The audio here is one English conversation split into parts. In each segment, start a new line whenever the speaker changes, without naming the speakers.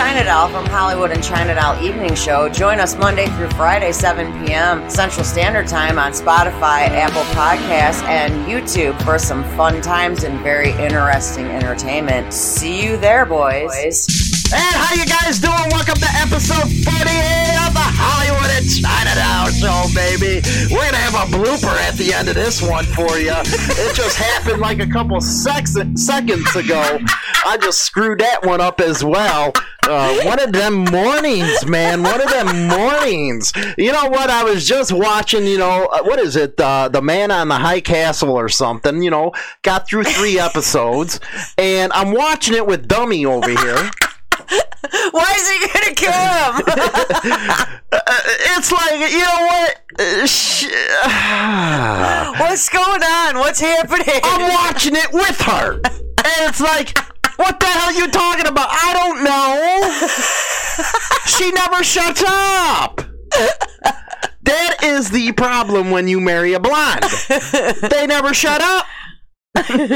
Chinadoll from Hollywood and Chinadoll Evening Show. Join us Monday through Friday, 7 p.m. Central Standard Time on Spotify, Apple Podcasts, and YouTube for some fun times and very interesting entertainment. See you there, boys.
And how you guys doing? Welcome to episode 48 of the Hollywood and Chinatown show, baby. We're gonna have a blooper at the end of this one for you. It just happened like a couple sex- seconds ago. I just screwed that one up as well. Uh, one of them mornings, man. One of them mornings. You know what? I was just watching. You know uh, what is it? Uh, the Man on the High Castle or something. You know, got through three episodes, and I'm watching it with Dummy over here.
Why is he gonna kill him?
Uh, it's like you know what Uh, sh-
What's going on? What's happening?
i'm watching it with her and it's like what the hell you talking about i don't know she never shuts up that is the problem when you marry a blonde they never shut up well,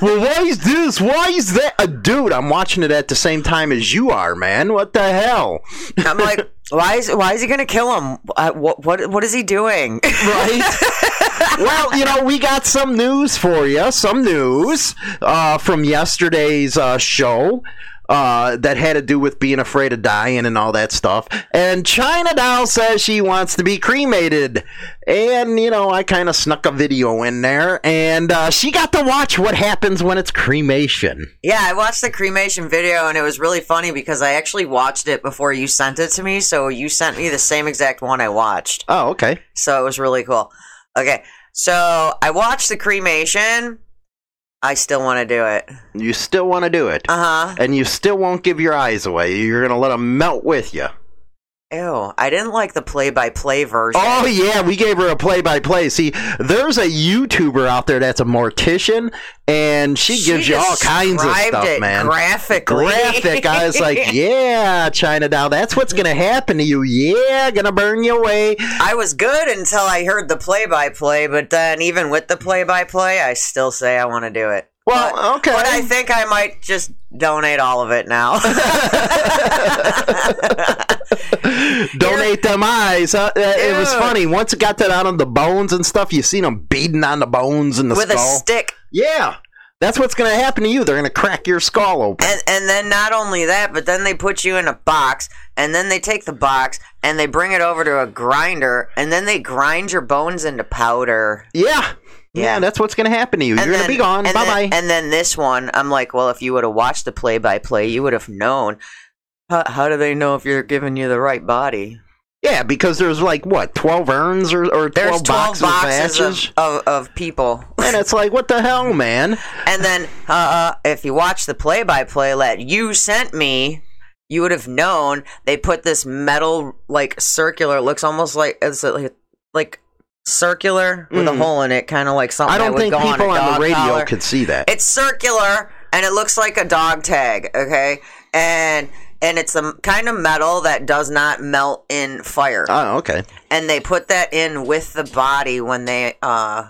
why is this? Why is that? Uh, dude, I'm watching it at the same time as you are, man. What the hell?
I'm like, why is why is he gonna kill him? Uh, what what what is he doing?
right? well, you know, we got some news for you, some news uh, from yesterday's uh, show. Uh, that had to do with being afraid of dying and all that stuff. And China Doll says she wants to be cremated. And, you know, I kind of snuck a video in there. And uh, she got to watch what happens when it's cremation.
Yeah, I watched the cremation video and it was really funny because I actually watched it before you sent it to me. So you sent me the same exact one I watched.
Oh, okay.
So it was really cool. Okay, so I watched the cremation. I still want to do it.
You still want to do it.
Uh huh.
and you still won't give your eyes away. You're going to let them melt with you.
Ew, I didn't like the play-by-play version.
Oh yeah, we gave her a play-by-play. See, there's a YouTuber out there that's a mortician, and she, gives you all kinds of
described
stuff,
it
man.
Graphically,
Graphic. I was like, yeah, China Doll, that's what's gonna happen to you. Yeah, gonna burn you away.
I was good until I heard the play-by-play, but then even with the play-by-play, I still say I want to do it.
Well,
But-
okay.
But I think I might just donate all of it now.
Donate them eyes. Huh? Uh, It was
Dude.
funny. Once it got that out on the bones and stuff, you seen them beating on the bones and the
with a
skull.
stick.
yeah, that's what's gonna happen to you. They're gonna crack your skull open.
And and then not only that, but then they put you in a box, and then they take the box and they bring it over to a grinder, and then they grind your bones into powder.
Yeah. Yeah,
Yeah.
that's what's going to happen to you. You're
And
going to
then-
be gone. Bye
and then-
bye.
And then this one, I'm like, well, if you would have watched the play by play, you would have known. How, how do they know if you're giving you the right body?
Yeah, because there's like, what, 12 urns or, or 12,
There's 12
boxes, of
boxes,
ashes?
of, of, of people.
and it's like, what the hell, man?
And then, uh, uh, if you watch the play by play that you sent me, you would have known they put this metal, like, circular, it looks almost like it's like, like circular with a hole in it, kind of like something
Mm. I
that
don't
would
think
go
people
on, a
on,
dog
the radio
collar.
could see that.
It's circular and it looks like a dog tag, okay? And. And it's a kind of metal that does not melt in fire
oh, okay.
and they put that in with the body when they uh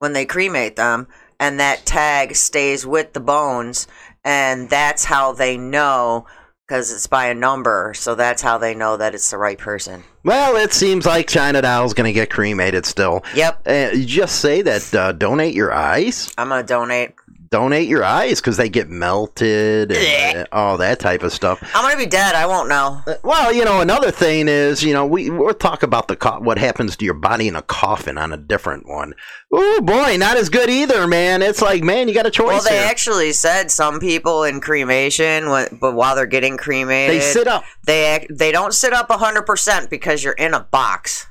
when they cremate them and that tag stays with the bones and that's how they know because it's by a number so that's how they know that it's the right person
Well, it seems like China Doll's going to get cremated still.
yep
Uh, you just say that uh, donate your eyes.
i'm gonna donate
Donate your eyes because they get melted and uh, all that type of stuff.
i'm gonna be dead i won't know
Well, you know, another thing is, you know, we we'll talk about the co- what happens to your body in a coffin on a different one. Oh boy, not as good either, man. It's like, man, you got a choice.
well they
here.
actually said some people in cremation when- but while they're getting cremated
They sit up.
they act, they don't sit up 100% because you're in a box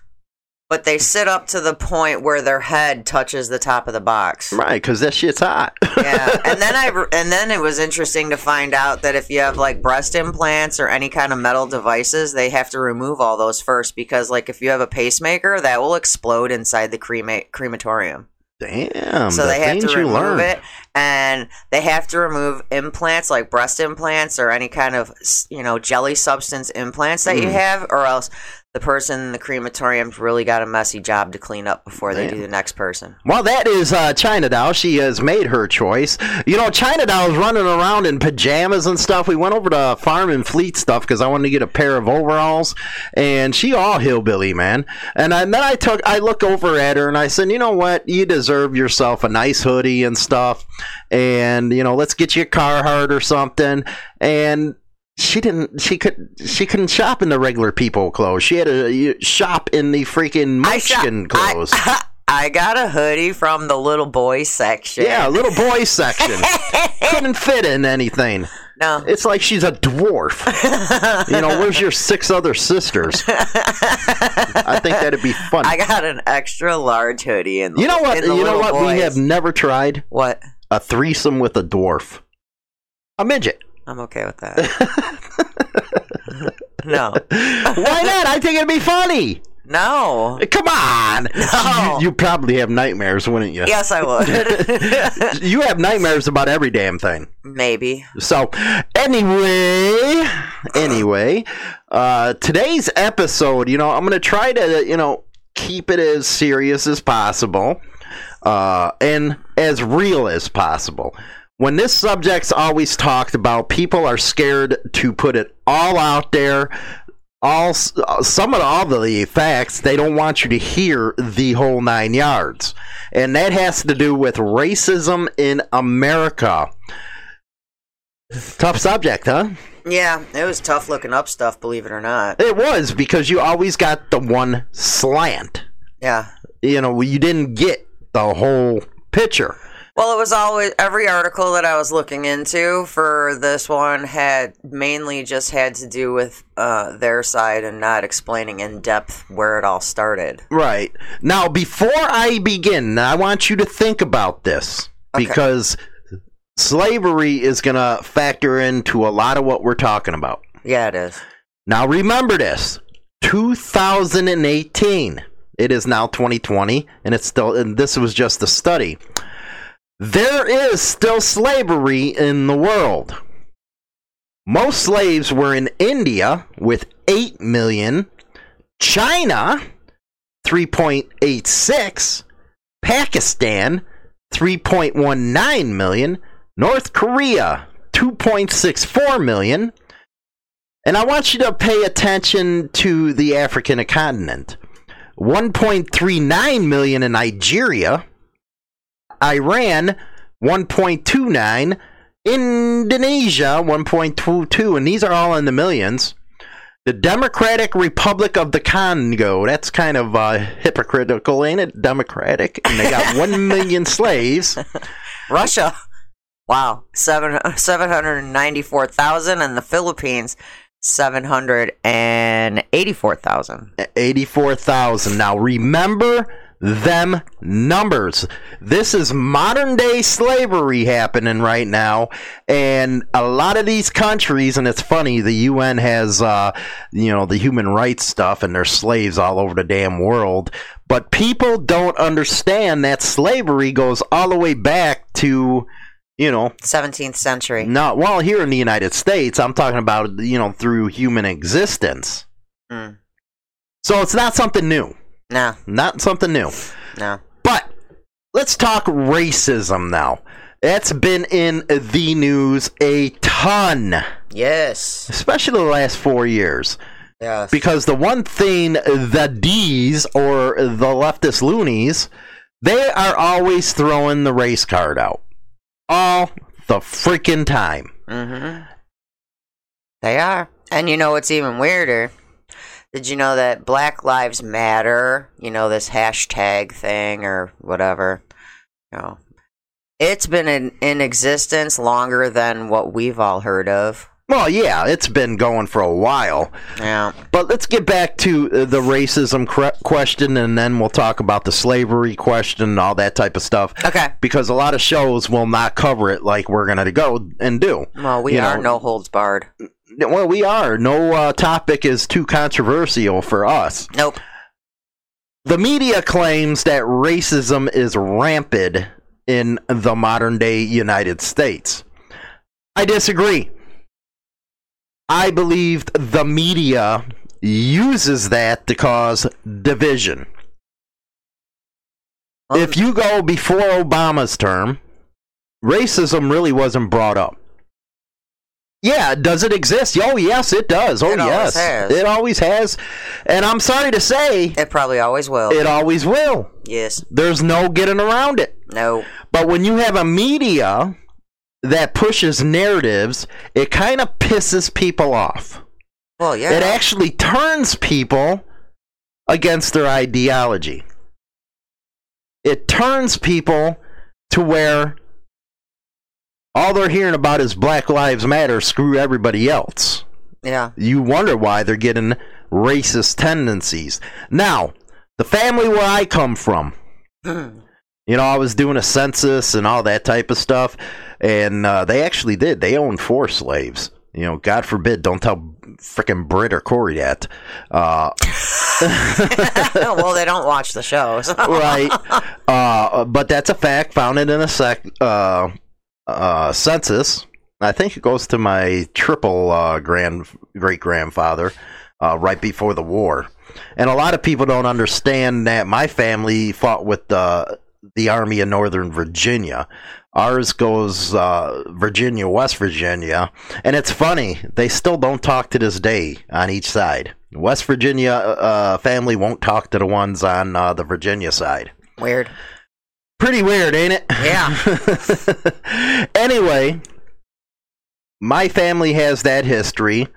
but they sit up to the point where their head touches the top of the box
Right, because that shit's hot.
yeah and then i re- and then it was interesting to find out that if you have like breast implants or any kind of metal devices they have to remove all those first because like if you have a pacemaker that will explode inside the crema- crematorium
Damn.
so
the
they have
things
to
you
remove
learn.
it and they have to remove implants like
Mm.
breast implants or any kind of s- you know jelly substance implants that you have or else the person in the crematorium's really got a messy job to clean up before they do the next person.
Well, that is uh, China Doll. She has made her choice. You know, China Doll's running around in pajamas and stuff. We went over to Farm and Fleet stuff because I wanted to get a pair of overalls, and she all hillbilly man. And, I, and then I took, I look over at her and I said, you know what, you deserve yourself a nice hoodie and stuff, and you know, let's get you a Carhartt or something. And she didn't she could she couldn't shop in the regular people clothes she had to uh, shop in the freaking munchkin
shop- I-
clothes
I got a hoodie from the little boy section.
yeah little boy section couldn't fit in anything
No.
it's like she's a dwarf you know where's your six other sisters i think that'd be funny
I got an extra large hoodie in the
you know what
in the
you know
little
what we
boys.
have never tried
What?
a threesome with a dwarf a midget
I'm okay with that. no.
why not i think it'd be funny
No.
come on
No.
you, you probably have nightmares wouldn't you
Yes, I would.
you have nightmares about every damn thing.
Maybe.
So, anyway, anyway, uh, today's episode, you know, I'm going to try to, you know, keep it as serious as possible uh, and as real as possible. When this subject's always talked about, people are scared to put it all out there. All s- uh, some of all the facts they don't want you to hear the whole nine yards, and that has to do with racism in America. Tough subject, huh?
Yeah, it was tough looking up stuff, believe it or not.
It was because you always got the one slant.
Yeah.
You know, you didn't get the whole picture.
Well, it was always every article that I was looking into for this one had mainly just had to do with uh, their side and not explaining in depth where it all started.
Right. Now, before I begin, I want you to think about this
Okay.
because slavery is going to factor into a lot of what we're talking about.
Yeah, it is.
Now, remember this 2018. It is now 2020, and it's still, and this was just a study. There is still slavery in the world. Most slaves were in India with 8 million, China 3.86, Pakistan 3.19 million, North Korea 2.64 million, and I want you to pay attention to the African continent. 1.39 million in Nigeria, Iran 1.29, Indonesia 1.22, and these are all in the millions. The Democratic Republic of the Congo. That's kind of uh, hypocritical, ain't it? Democratic, and they got one million slaves.
Russia. Wow, seven seven hundred ninety four thousand, and the Philippines seven hundred and eighty four thousand.
84,000. Now remember them numbers. This is modern day slavery happening right now and a lot of these countries and it's funny the UN has uh you know the human rights stuff and there's slaves all over the damn world, but people don't understand that slavery goes all the way back to you know
Seventeenth century.
not well here in the United States. I'm talking about you know through human existence.
Mm.
So it's not something new.
No,
Not something new.
no.
But let's talk racism now. That's been in the news a ton,
Yes.
especially the last four years.
Yes.
Because the one thing the D's or the leftist loonies, they are always throwing the race card out. All the freaking time.
hmm They are. And you know what's even weirder? Did you know that Black Lives Matter, you know, this hashtag thing or whatever, you know, it's been in, in existence longer than what we've all heard of.
Well, yeah, it's been going for a while.
Yeah.
But let's get back to uh, the racism cre- question, and then we'll talk about the slavery question and all that type of stuff.
Okay.
Because a lot of shows will not cover it like we're going to go and do.
Well, we
You
are
know-
no holds barred.
Well, we are. No uh, topic is too controversial for us.
Nope.
The media claims that racism is rampant in the modern day United States. I disagree. I believed the media uses that to cause division.
Um,
If you go before Obama's term, racism really wasn't brought up. Yeah, does it exist? Oh, yes, it does. Oh,
It
yes.
always has.
It always has. And I'm sorry to say,
It probably always will.
it always will.
yes.
There's no getting around it.
No.
But when you have a media that pushes narratives, it kind of pisses people off.
Well, yeah.
It actually turns people against their ideology. It turns people to where all they're hearing about is Black Lives Matter, screw everybody else.
yeah.
You wonder why they're getting racist tendencies. Now, the family where I come from, you know, I was doing a census and all that type of stuff, and uh, they actually did. They owned four slaves. You know, God forbid, don't tell frickin' Britt or Corey that. Uh,
well, they don't watch the show. So.
right. Uh, but that's a fact founded in a sec- uh, uh, census. I think it goes to my triple uh, grand great grandfather uh, right before the war. And a lot of people don't understand that my family fought with the the Army of Northern Virginia. Ours goes uh, Virginia, West Virginia, and it's funny they still don't talk to this day on each side. West Virginia uh, family won't talk to the ones on uh, the Virginia side.
Weird.
Pretty weird, ain't it?
Yeah.
anyway, my family has that history.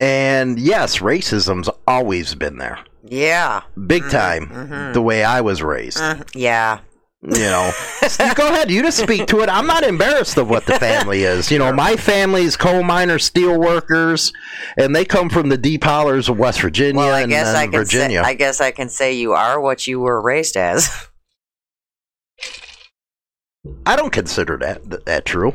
And yes, racism's always been there.
Yeah.
Big time.
mhm.
The way I was raised.
Mm, yeah.
You know. You go ahead, you just speak to it. I'm not embarrassed of what the family is. You know, my family's coal miners, steel workers, and they come from the deep hollers of West Virginia
Well, I
and,
guess
and
I can
Virginia.
say I guess I can say you are what you were raised as.
I don't consider that that, that true.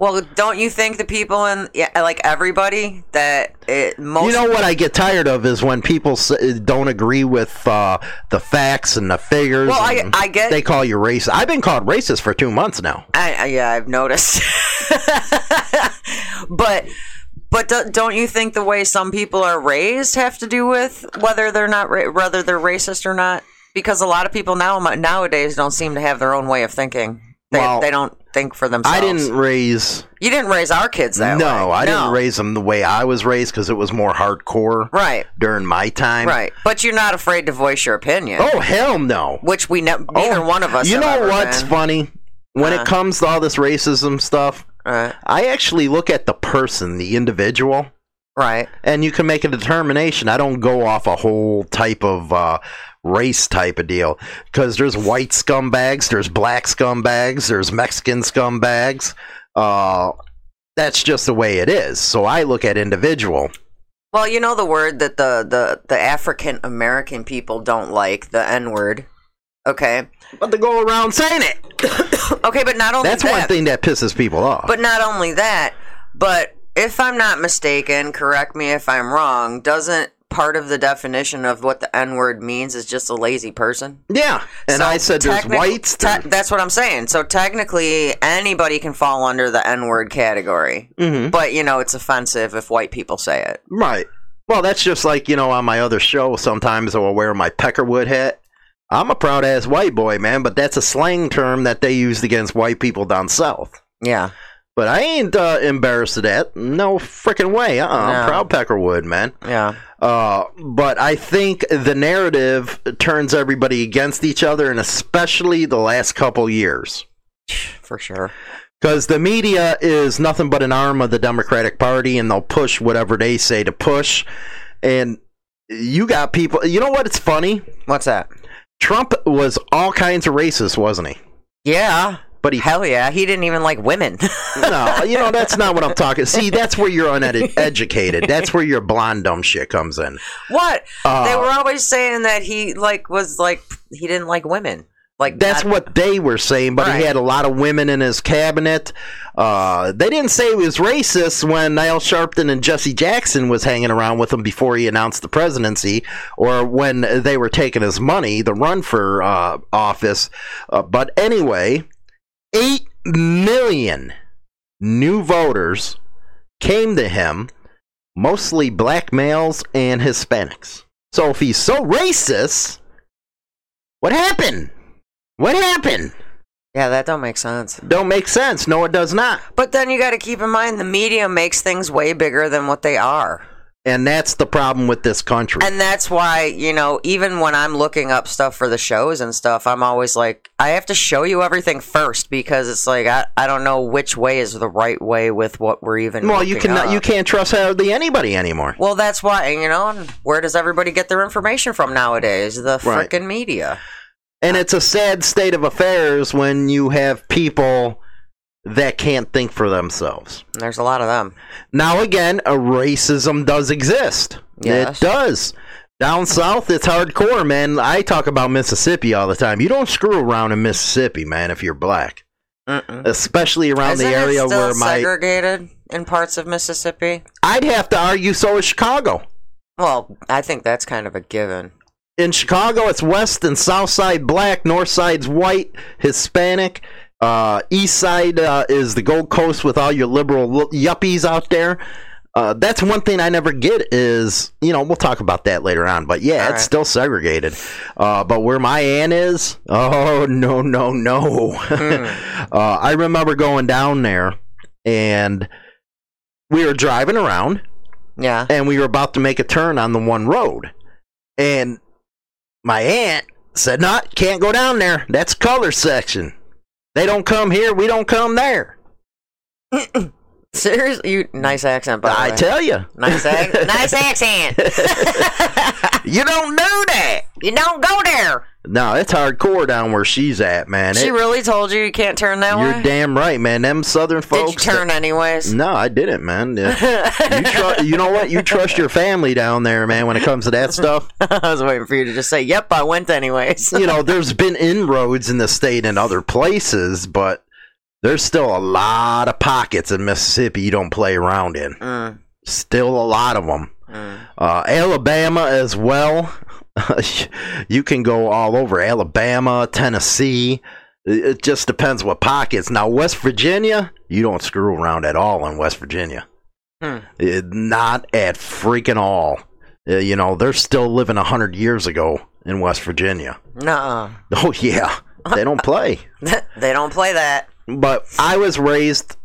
Well, don't you think the people in yeah, like everybody that it most
You know what I get tired of is when people s- eh, don't agree with uh, the facts and the figures.
Well, I-
and
I get-
they call you racist. I've been called racist for two months now.
I, I- yeah, I've noticed. but but do, don't you think the way some people are raised have to do with whether they're not ra- whether they're racist or not? Because a lot of people now nowadays don't seem to have their own way of thinking. They,
Well,
they don't think for themselves.
I didn't raise.
You didn't raise our kids
No,
that way.
I didn't raise them the way I was raised because it was more hardcore
Right,
during my time.
right. But you're not afraid to voice your opinion,
Oh hell no.
which we ne- neither
Oh,
one of us.
You
have
know
ever
what's
been.
funny? When
Uh.
it comes to all this racism stuff,
Right,
I actually look at the person, the individual.
right.
and you can make a determination. I don't go off a whole type of uh, race type of deal because there's white scumbags, there's black scumbags, there's Mexican scumbags. Uh, that's just the way it is. So I look at individual.
Well, you know the word that the the, the African American people don't like, the N word. Okay.
But to go around saying it,
Okay, but not only
that's
that,
one thing that pisses people off.
but not only that, but if I'm not mistaken, correct me if I'm wrong, doesn't part of the definition of what the N word means is just a lazy person?
yeah, and
So
I said there's
technic-
whites.
te- that's what I'm saying. So technically, anybody can fall under the N word category,
Mhm.
but you know it's offensive if white people say it.
Right. Well, that's just like, you know, on my other show, sometimes I'll wear my Peckerwood hat. I'm a proud ass white boy, man, but that's a slang term that they used against white people down south.
Yeah.
But I ain't uh, embarrassed of that. No freaking way. Uh uh-uh. uh. i am
No.
proud Peckerwood, man.
Yeah.
Uh, but I think the narrative turns everybody against each other, and especially the last couple years.
For sure.
Because the media is nothing but an arm of the Democratic Party, and they'll push whatever they say to push. And you got people. You know what? It's funny.
What's that?
Trump was all kinds of racist, wasn't he?
Yeah.
But he,
Hell yeah, he didn't even like women.
no, you know that's not what I'm talking. See, that's where you're uneducated. That's where your blonde dumb shit comes in.
what?
Uh,
they were always saying that he like was like he didn't like women. Like
That's
not-
what they were saying, but
Right.
he had a lot of women in his cabinet. Uh, they didn't say he was racist when Niall Sharpton and Jesse Jackson was hanging around with him before he announced the presidency, or when they were taking his money, the run for uh, office. Uh, but anyway, eight million new voters came to him. mostly black males and Hispanics. So if he's so racist, what happened? What happened?
Yeah, that don't make sense.
Don't make sense. No, it does not.
But then you got to keep in mind the media makes things way bigger than what they are.
And that's the problem with this country.
And that's why, you know, even when I'm looking up stuff for the shows and stuff, I'm always like, I have to show you everything first because it's like I, I don't know which way is the right way with what we're even.
well, you
looking
cannot,
up.
you can't trust hardly anybody anymore.
uh, Well, that's why, and, you know, and where does everybody get their information from nowadays? The
Right.
freaking media.
And it's a sad state of affairs when you have people that can't think for themselves.
And there's a lot of them.
Now, again, a racism does exist.
Yes.
It does. Down south, it's hardcore, man. I talk about Mississippi all the time. You don't screw around in Mississippi, man, if you're black,
Mm-mm.
especially around
Isn't
the area
it still
where my.
segregated in parts of Mississippi?
I'd have to argue so is Chicago.
Well, I think that's kind of a given.
in Chicago, it's West and South Side black, North Side's white, Hispanic. Uh, East Side uh, is the Gold Coast with all your liberal l- yuppies out there. Uh, that's one thing I never get is, you know, we'll talk about that later on, but yeah,
All
it's
right.
still segregated. Uh, but where my aunt is, oh, no, no, no.
Hmm. Mm.
uh, I remember going down there and we were driving around
Yeah.
and we were about to make a turn on the one road. And my aunt said, No, can't go down there. That's color section. They don't come here, we don't come there.
Seriously, you nice accent, by the
I
way.
tell you,
nice, ac- nice accent.
you don't know that.
You don't go there.
No, it's hardcore down where she's at, man.
she
It-
really told you you can't turn that
you're
way.
damn right, man. Them southern
Did you
folks. Mm.
turn anyways?
no, I didn't, man. Yeah. you, tru- you know what? You trust your family down there, man, when it comes to that stuff.
I was waiting for you to just say, "Yep, I went anyways."
you know, there's been inroads in the state and other places, but there's still a lot of pockets in Mississippi you don't play around in.
Mm,
Still a lot of them.
mm.
Uh, Alabama as well. you can go all over Alabama, Tennessee. It it just depends what pockets. Now, West Virginia, you don't screw around at all in West Virginia.
Hmm.
Eh, not at freaking all. Eh, you know, they're still living 100 years ago in West Virginia.
Nuh-uh.
Oh yeah, they don't play.
they don't play that.
But I was raised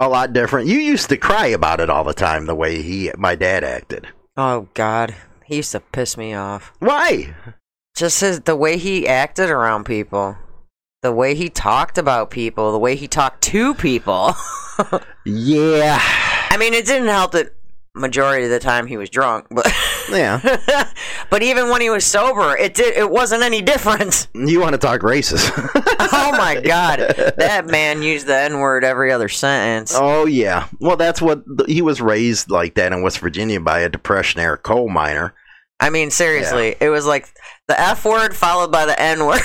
a lot different. You used to cry about it all the time, the way he, my dad, acted.
Oh God, he used to piss me off.
Why?
Just his the way he acted around people, the way he talked about people, the way he talked to people.
Yeah,
I mean, it didn't help that majority of the time he was drunk, but
yeah.
but even when he was sober, it did it wasn't any different.
You want to talk racist?
Oh my god, that man used the N word every other sentence.
oh yeah. Well, that's what he was raised like that in West Virginia by a Depression era coal miner.
I mean, seriously, it was like the F word followed by the N word.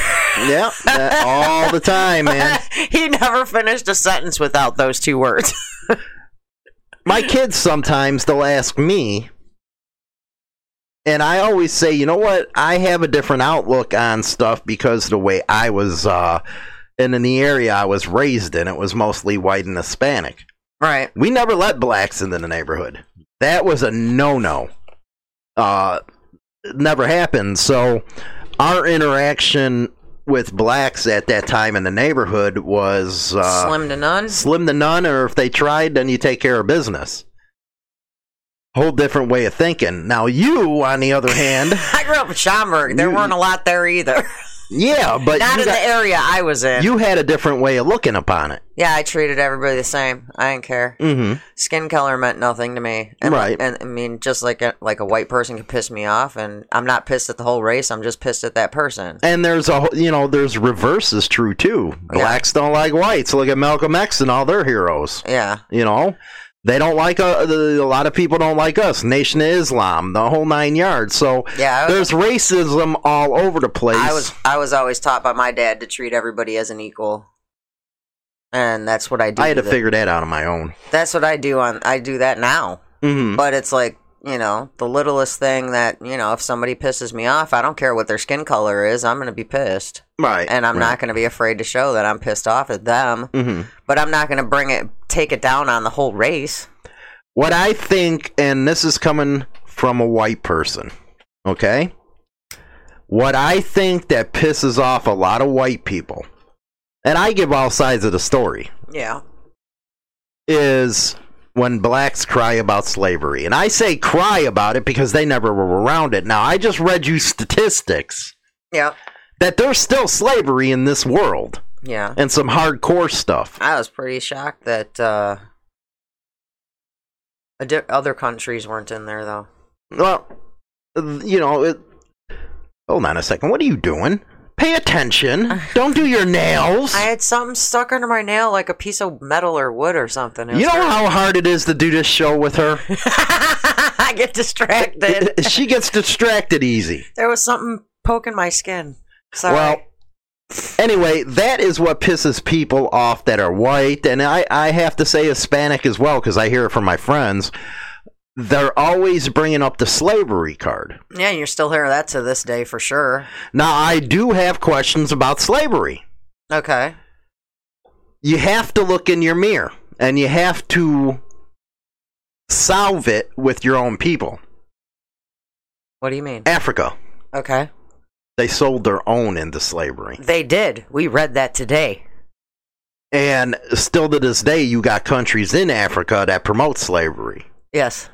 Yeah, that- all the time, man.
he never finished a sentence without those two words.
my kids sometimes they'll ask me and i always say you know what i have a different outlook on stuff because of the way i was uh and in the area i was raised in it was mostly white and hispanic
right.
we never let blacks into the neighborhood that was a no-no uh it never happened so our interaction with blacks at that time in the neighborhood was uh
Slim to none.
slim to none, or if they tried, then you take care of business. Whole different way of thinking. Now you, on the other hand,
I grew up in Schaumburg. There
You-
weren't a lot there either.
yeah, but
Not
you,
in the
got-
area I was in.
you had a different way of looking upon it.
yeah, I treated everybody the same. I didn't care.
Mm-hmm.
Skin color meant nothing to me. And,
Right.
And I mean, just like a, like a white person could piss me off, and I'm not pissed at the whole race. I'm just pissed at that person.
And there's a whole- you know there's reverse is true too. Blacks don't like whites. Look at Malcolm X and all their heroes.
Yeah.
You know they don't like a, a lot of people don't like us. Nation of Islam, the whole nine yards. So
Yeah. I was,
there's racism all over the place.
I was I was always taught by my dad to treat everybody as an equal. And that's what I do.
I had to
the-
figure that out on my own.
That's what I do on I do that now.
Mm-hmm.
But it's like, you know, the littlest thing that, you know, if somebody pisses me off, I don't care what their skin color is, I'm going to be pissed.
Right.
And I'm
right.
not going to be afraid to show that I'm pissed off at them,
Mm-hmm.
but I'm not going to bring it take it down on the whole race.
what I think, and this is coming from a white person, okay? What I think that pisses off a lot of white people, and I give all sides of the story,
Yeah.
is when blacks cry about slavery. And I say cry about it because they never were around it. Now, I just read you statistics
Yeah.
that there's still slavery in this world
Yeah.
and some hardcore stuff.
I was pretty shocked that uh, a di- other countries weren't in there, though.
Well, you know, it, hold on a second. What are you doing? Pay attention. Don't do your nails.
I had something stuck under my nail, like a piece of metal or wood or something. It
You know
was-
how hard it is to do this show with her?
I get distracted.
she gets distracted easy.
there was something poking my skin. Sorry.
Well, anyway, that is what pisses people off that are white, and I, I have to say Hispanic as well because I hear it from my friends. They're always bringing up the slavery card.
yeah, you're still hearing that to this day for sure.
Now, I do have questions about slavery.
Okay.
You have to look in your mirror and you have to solve it with your own people.
What do you mean?
Africa,
Okay.
they sold their own into slavery.
They did. We read that today.
And still to this day, you got countries in Africa that promote slavery.
Yes.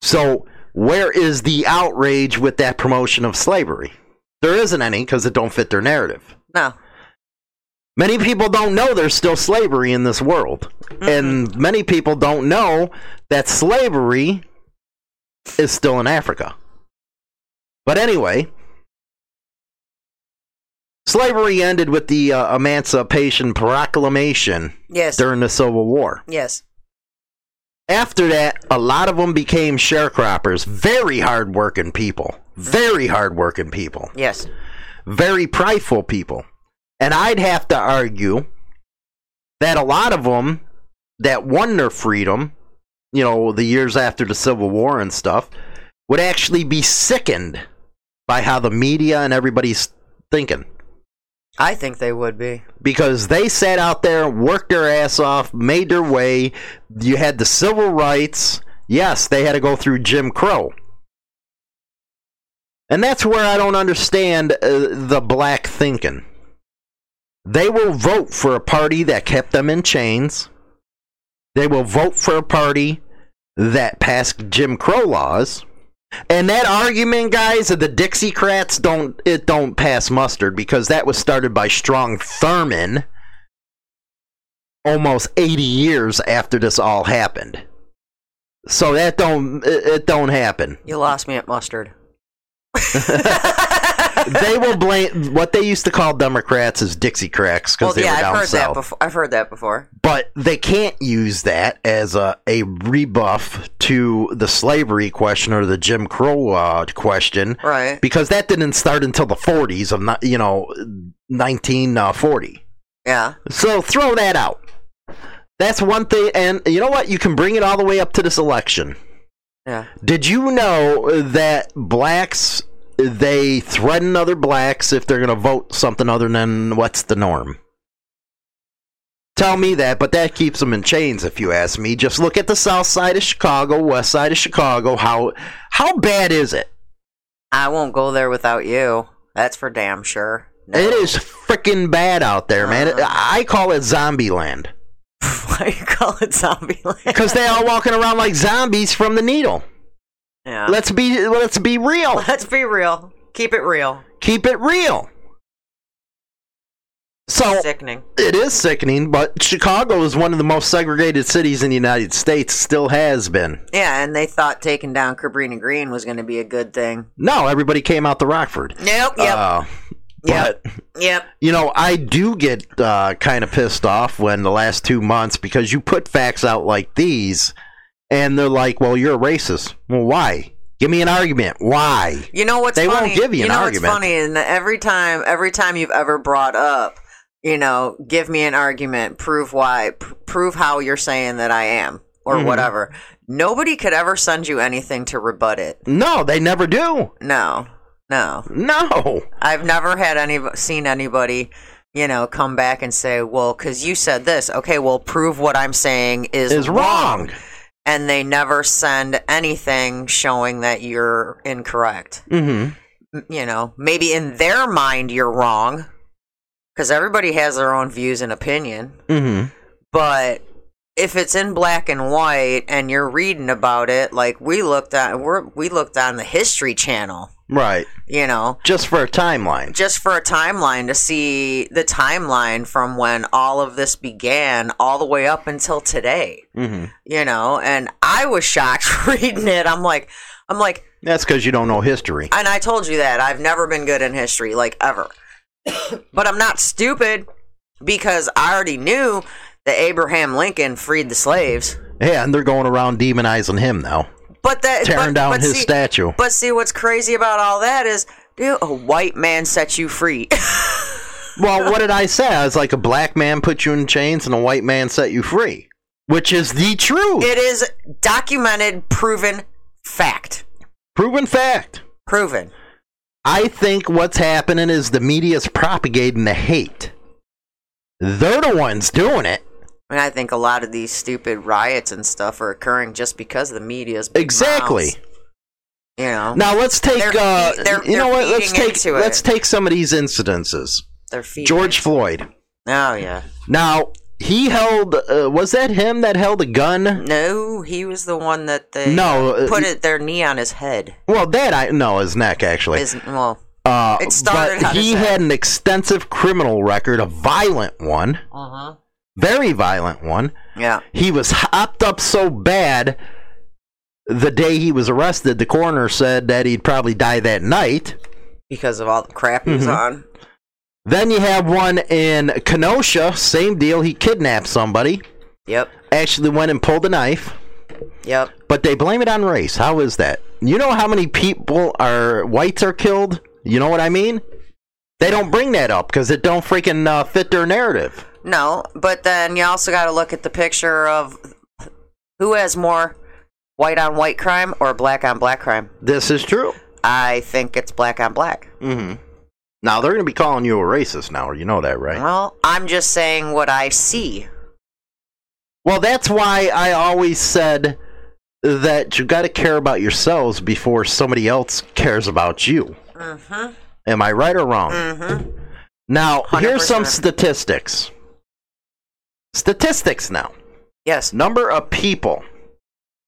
So, where is the outrage with that promotion of slavery? There isn't any because it don't fit their narrative.
No.
Many people don't know there's still slavery in this world, and many people don't know that slavery is still in Africa. But anyway, slavery ended with the uh, Emancipation Proclamation
Yes.
during the Civil War.
yes.
after that, a lot of them became sharecroppers, very hardworking people, very hardworking people,
Yes.
very prideful people. And I'd have to argue that a lot of them that won their freedom, you know, the years after the Civil War and stuff, would actually be sickened by how the media and everybody's thinking
I think they would be.
because they sat out there, worked their ass off, made their way. You had the civil rights. Yes, they had to go through Jim Crow. And that's where I don't understand uh, the black thinking. They will vote for a party that kept them in chains. They will vote for a party that passed Jim Crow laws. And that argument, guys, of the Dixiecrats don't it don't pass mustard because that was started by Strong Thurman almost 80 years after this all happened. So that don't it, it don't happen.
You lost me at mustard.
They will blame what they used to call Democrats as Dixiecrats because
Well,
they
yeah,
were down
I've heard
south.
that before. I've heard that before.
but they can't use that as a, a rebuff to the slavery question or the Jim Crow uh, question
Right.
because that didn't start until the 40s of not- you know 1940
Yeah.
so throw that out that's one thing and you know what you can bring it all the way up to this election
Yeah.
did you know that blacks they threaten other blacks if they're going to vote something other than what's the norm tell me that but that keeps them in chains if you ask me just look at the south side of chicago west side of chicago how how bad is it
I won't go there without you. That's for damn sure. No.
It is freaking bad out there, man.
Uh-huh.
I call it zombie land
Why you call it zombie land?
because they are walking around like zombies from the needle.
Yeah.
Let's be let's be real.
Let's be real. Keep it real.
Keep it real. So
Sickening.
it is sickening, but Chicago is one of the most segregated cities in the United States. Still has been.
Yeah, and they thought taking down Cabrini Green was going to be a good thing.
No, everybody came out to Rockford.
Nope. Yep.
Uh,
Yep.
but,
yep.
You know, I do get uh, kind of pissed off when the last two months because you put facts out like these, and they're like, "Well, you're a racist." Well, why? Give me an argument. Why?
You know what's
They won't
funny?
give you an
know
argument.
what's funny? And every time, every time you've ever brought up, you know, give me an argument, prove why, p- prove how you're saying that I am, or
Mm-hmm.
whatever. Nobody could ever send you anything to rebut it.
No, they never do.
No, no.
No.
I've never had any seen anybody, you know, come back and say, "Well, because you said this." Okay, well, prove what I'm saying is,
Is wrong.
and they never send anything showing that you're incorrect.
Mm-hmm.
M- You know, maybe in their mind you're wrong because everybody has their own views and opinion.
Mm-hmm.
But if it's in black and white and you're reading about it, like we looked on, we're, we looked on the History Channel,
Right.
you know,
Just for a timeline.
just for a timeline to see the timeline from when all of this began all the way up until today
Mm-hmm.
you know and i was shocked reading it i'm like i'm like
That's because you don't know history.
and i told you that i've never been good in history like ever but i'm not stupid because i already knew that abraham lincoln freed the slaves
Yeah, and they're going around demonizing him now,
but that
tearing
but,
down
but
his
see,
statue.
but see what's crazy about all that is dude, a white man set you free
Well, what did I say? I was like, a black man put you in chains and a white man set you free, which is the truth.
It is documented, proven fact.
Proven fact.
Proven.
I think what's happening is the media's propagating the hate. They're the ones doing it.
And I think a lot of these stupid riots and stuff are occurring just because of the media's big
Exactly.
mouths, you know,
Now let's take
They're
uh,
feed- they're-
you know
they're
what? Let's
feeding
take
into it.
let's take some of these incidences.
their feet.
George Floyd.
Oh yeah.
Now he held uh, was that him that held a gun?
No, he was the one that they
No, uh,
put it, their knee on his head.
Well, that I no his neck actually.
Is well.
uh,
it started
but
on his
he
neck.
had an extensive criminal record, a violent one,
Uh huh.
very violent one.
Yeah.
he was hopped up so bad the day he was arrested the coroner said that he'd probably die that night
Because of all the crap he was
Mhm.
on.
then you have one in kenosha same deal he kidnapped somebody
Yep.
actually went and pulled a knife
Yep.
but they blame it on race how is that you know how many people are whites are killed you know what i mean they don't bring that up because it don't freaking uh, fit their narrative
No, but then you also got to look at the picture of who has more white on white crime or black on black crime.
this is true
I think it's black on black.
mm-hmm now they're gonna be calling you a racist now you know that right
Well, I'm just saying what I see.
Well, that's why I always said that you got to care about yourselves before somebody else cares about you.
Mm-hmm.
Am I right or wrong?
Mm-hmm.
Now, here's some
100%.
statistics. Statistics now.
Yes.
Number of people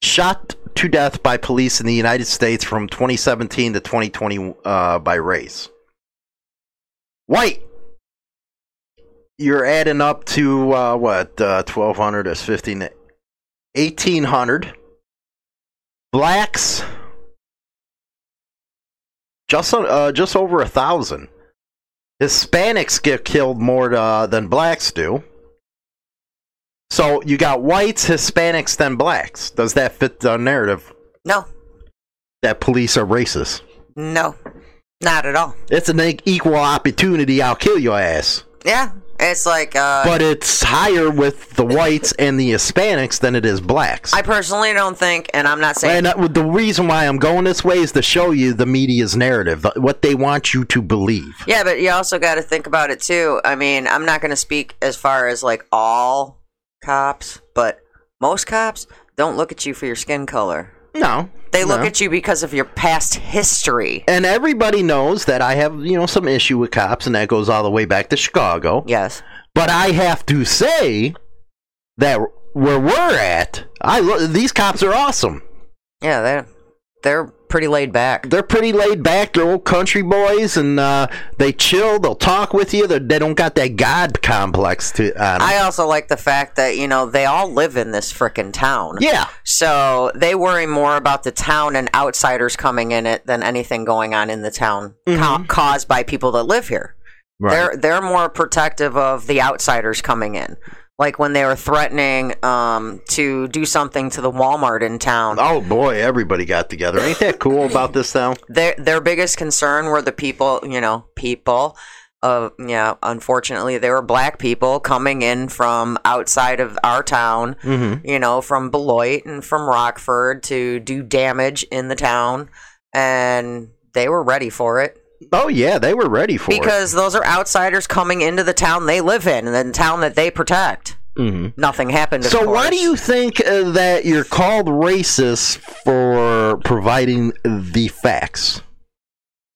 shot to death by police in the United States from 2017 to 2020 uh, by race. White. You're adding up to uh, what? Uh, 1200 is 15 1800. Blacks just on- uh, just over a thousand. Hispanics get killed more uh, than blacks do. So you got whites, Hispanics, then blacks. Does that fit the narrative
No.
that police are racist?
No. Not at all.
It's an e- equal opportunity. I'll kill your ass.
Yeah. It's like uh,
But it's higher with the whites and the Hispanics than it is blacks.
I personally don't think, and I'm not
and
saying
uh, the reason why I'm going this way is to show you the media's narrative, th- what they want you to believe.
Yeah, but you also got to think about it too. I mean, I'm not going to speak as far as like all cops, but most cops don't look at you for your skin color.
No,
They look
no.
at you because of your past history.
And everybody knows that I have, you know, some issue with cops, and that goes all the way back to Chicago.
Yes.
But I have to say that where we're at, I lo- these cops are awesome.
Yeah, they they're pretty laid back.
They're pretty laid back. They're old country boys, and uh, they chill. They'll talk with you. They're, they don't got that god complex to. Uh,
I also like the fact that, you know, they all live in this frickin' town.
yeah,
So they worry more about the town and outsiders coming in it than anything going on in the town
Mm-hmm.
ca- caused by people that live here. They're they're more protective of the outsiders coming in. Like when they were threatening um, to do something to the Walmart in town,
oh boy, everybody got together. Ain't that cool about this town?
their their biggest concern were the people, you know, people. Uh, yeah, unfortunately, they were black people coming in from outside of our town,
Mm-hmm.
you know, from Beloit and from Rockford to do damage in the town, and they were ready for it
Oh yeah, they were ready for it.
because those are outsiders coming into the town they live in and the town that they protect.
Mhm.
Nothing happened. Of
So why
course.
do you think uh, that you're called racist for providing the facts?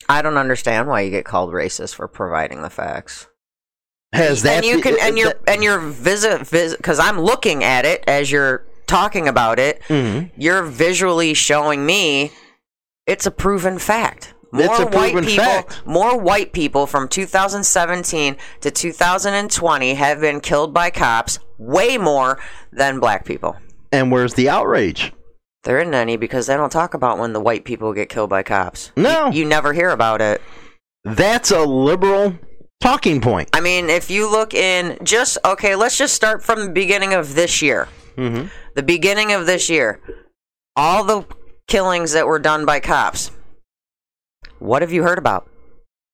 I don't understand why you get called racist for providing the facts.
Has that
and
be- uh,
you can and you're
that-
and your visit because I'm looking at it as you're talking about it.
Mhm.
You're visually showing me it's a proven fact. More
It's a proven
white people,
fact.
more white people from 2017 to 2020 have been killed by cops, way more than black people.
and where's the outrage?
There isn't any because they don't talk about when the white people get killed by cops.
No,
You never hear about it.
that's a liberal talking point.
I mean, if you look in just okay, let's just start from the beginning of this year.
Mhm.
The beginning of this year, all the killings that were done by cops. What have you heard about?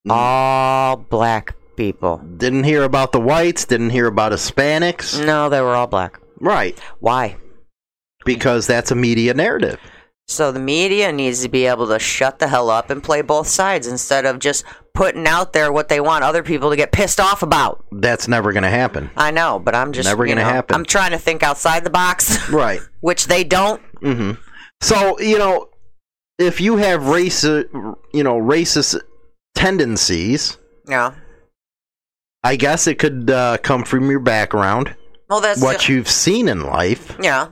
Mm.
All black people.
Didn't hear about the whites. Didn't hear about Hispanics.
No, they were all black.
Right,
Why?
because that's a media narrative.
So the media needs to be able to shut the hell up and play both sides instead of just putting out there what they want other people to get pissed off about.
That's never going to happen.
I know, but I'm just
Never
you
gonna
know,
happen.
I'm trying to think outside the box,
Right.
which they don't.
hmm So you know, if you have race, you know, racist tendencies,
Yeah.
I guess it could uh, come from your background,
Well, that's
what you've seen in life.
yeah,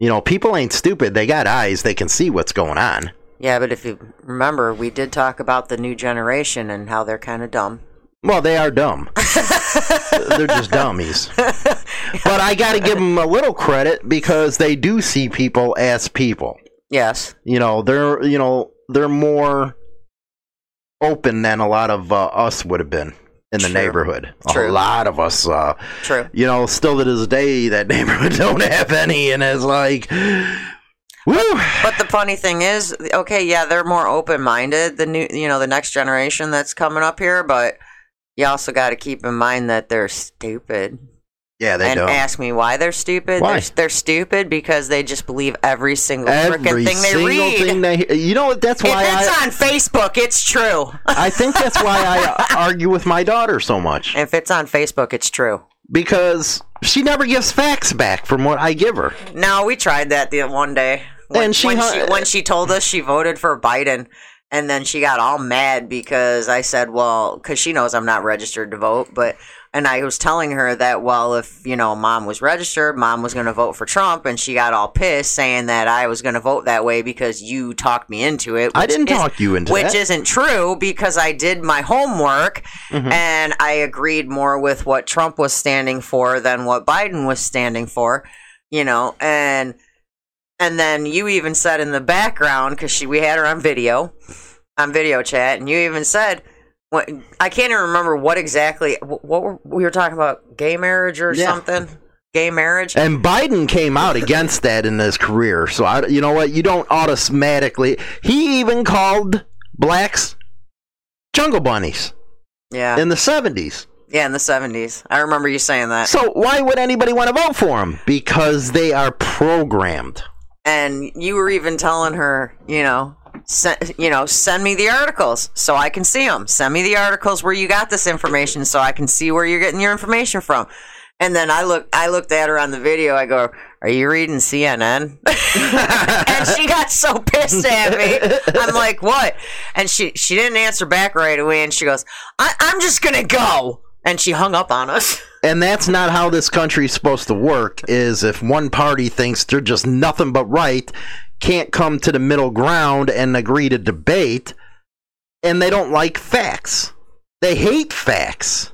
You know, people ain't stupid. They got eyes. They can see what's going on.
yeah. But if you remember, we did talk about the new generation and how they're kind of dumb.
Well, they are dumb. They're just dummies. But I got to give them a little credit because they do see people as people.
Yes.
You know, they're you know they're more open than a lot of uh, us would have been in the
True.
neighborhood.
True.
A lot of us. Uh,
True.
you know, still to this day, that neighborhood don't have any, and it's like, woo.
But the funny thing is, okay, yeah, they're more open-minded. The new, you know, the next generation that's coming up here, but you also got to keep in mind that they're stupid.
Yeah, they
and
don't.
ask me why they're stupid.
Why?
They're, they're stupid because they just believe every single
Every
freaking thing they
single
read.
thing they, you know, what, that's
if
why
it's
I,
on Facebook, it's true.
I think that's why I uh, argue with my daughter so much
if it's on Facebook, it's true.
because she never gives facts back from what I give her.
No, we tried that the one day. When,
And she
when,
hu-
she when she told us she voted for Biden, and then she got all mad because I said, "Well, because she knows I'm not registered to vote," but and I was telling her that, well, if you know, mom was registered, mom was going to vote for Trump, and she got all pissed saying that I was going to vote that way because you talked me into it.
I
which
didn't
is-
talk you into
which
that.
isn't true because I did my homework
Mm-hmm.
and I agreed more with what Trump was standing for than what Biden was standing for, you know, and and then you even said in the background cuz she we had her on video on video chat and you even said what, I can't even remember what exactly what, what were, we were talking about gay marriage or
Yeah. Uh,
something gay marriage
And Biden came out against that in his career. So I, you know what? You don't automatically. He even called blacks jungle bunnies
yeah
in the seventies.
yeah in the 70s I remember you saying that
So why would anybody want to vote for him? Because they are programmed.
and you were even telling her, you know, send, you know, send me the articles so I can see them. Send me the articles where you got this information so I can see where you're getting your information from. And then I look, I looked at her on the video. I go, "Are you reading CNN?" and she got so pissed at me. I'm like, "What?" And she she didn't answer back right away. And she goes, I, "I'm just gonna go." And she hung up on us.
And that's not how this country is supposed to work is if one party thinks they're just nothing but right, can't come to the middle ground and agree to debate and they don't like facts. They hate facts.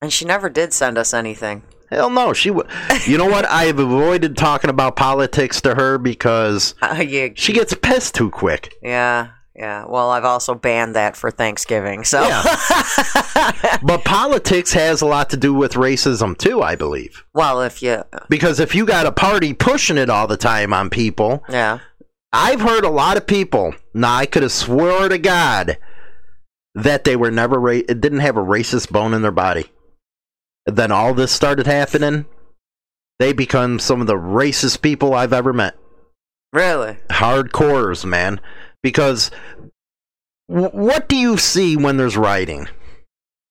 And she never did send us anything.
Hell no, she would. You know what? I have avoided talking about politics to her because
Uh, you
she gets pissed too quick.
Yeah, yeah. Well, I've also banned that for Thanksgiving. So
But politics has a lot to do with racism too, I believe.
well, if you
Because if you got a party pushing it all the time on people,
yeah,
I've heard a lot of people. Now I could have swore to God that they were never ra- it didn't have a racist bone in their body. Then all this started happening. They become some of the racist people I've ever met.
really,
hardcores, man. Because w- what do you see when there's rioting?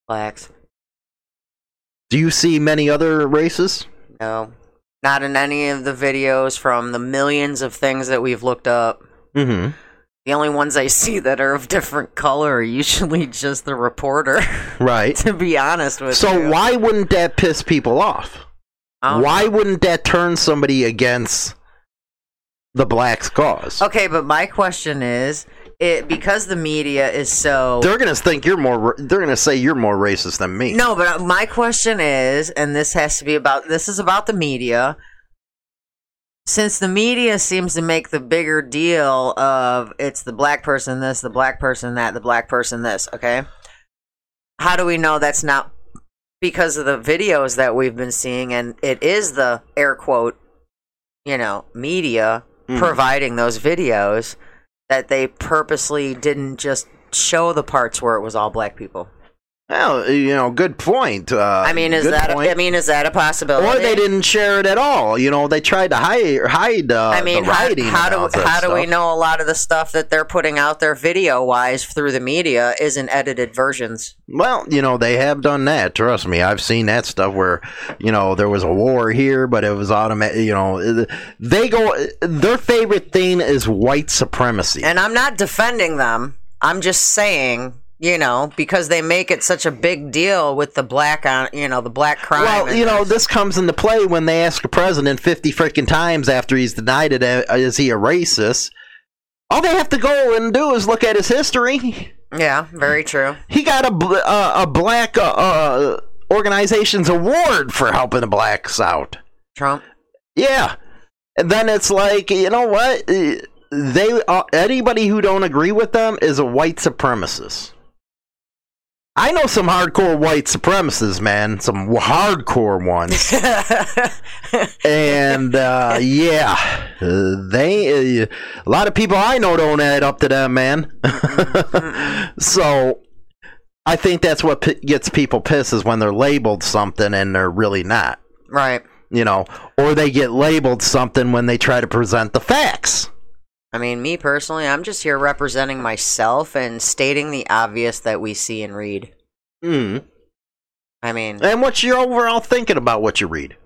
blacks.
Do you see many other races?
No, not in any of the videos from the millions of things that we've looked up.
Mm-hmm.
The only ones I see that are of different color are usually just the reporter.
Right.
to be honest with you, Um,
So why wouldn't that piss people off?
I don't
Why wouldn't that turn somebody against the blacks' cause?
Okay, but my question is, it because the media is so
They're gonna think you're more. ra- They're gonna say you're more racist than me.
no, but uh, my question is, and this has to be about this is about the media. Since the media seems to make the bigger deal of it's the black person this, the black person that, the black person this, okay? How do we know that's not because of the videos that we've been seeing and it is the air quote, you know, media
Mhm.
providing those videos that they purposely didn't just show the parts where it was all black people?
Well, you know, good point. Uh,
I mean, is
good
that? A,
point.
I mean, is that a possibility?
or they didn't share it at all. You know, they tried to hide hide. Uh,
I mean,
the
how,
rioting
how
and all
do
that
how do we
stuff.
know a lot of the stuff that they're putting out there video wise through the media isn't edited versions?
Well, you know, they have done that. Trust me, I've seen that stuff where, you know, there was a war here, but it was automatic. You know, they go. Their favorite thing is white supremacy.
And I'm not defending them. I'm just saying, you know, because they make it such a big deal with the black on, you know, the black crime.
Well,
and-
you know, this comes into play when they ask a president 50 freaking times after he's denied it, uh, is he a racist? All they have to go and do is look at his history.
yeah, very true.
He got a, bl- uh, a black uh, uh, organization's award for helping the blacks out.
Trump.
Yeah. And then it's like, you know what? Uh, They uh, anybody who don't agree with them is a white supremacist. I know some hardcore white supremacists, man. Some hardcore ones. and uh, yeah, uh, they uh, a lot of people I know don't add up to them, man. so I think that's what p- gets people pissed is when they're labeled something and they're really not,
right.
you know, or they get labeled something when they try to present the facts.
I mean, me personally, I'm just here representing myself and stating the obvious that we see and read.
Mm.
I mean,
And what's your overall thinking about what you read?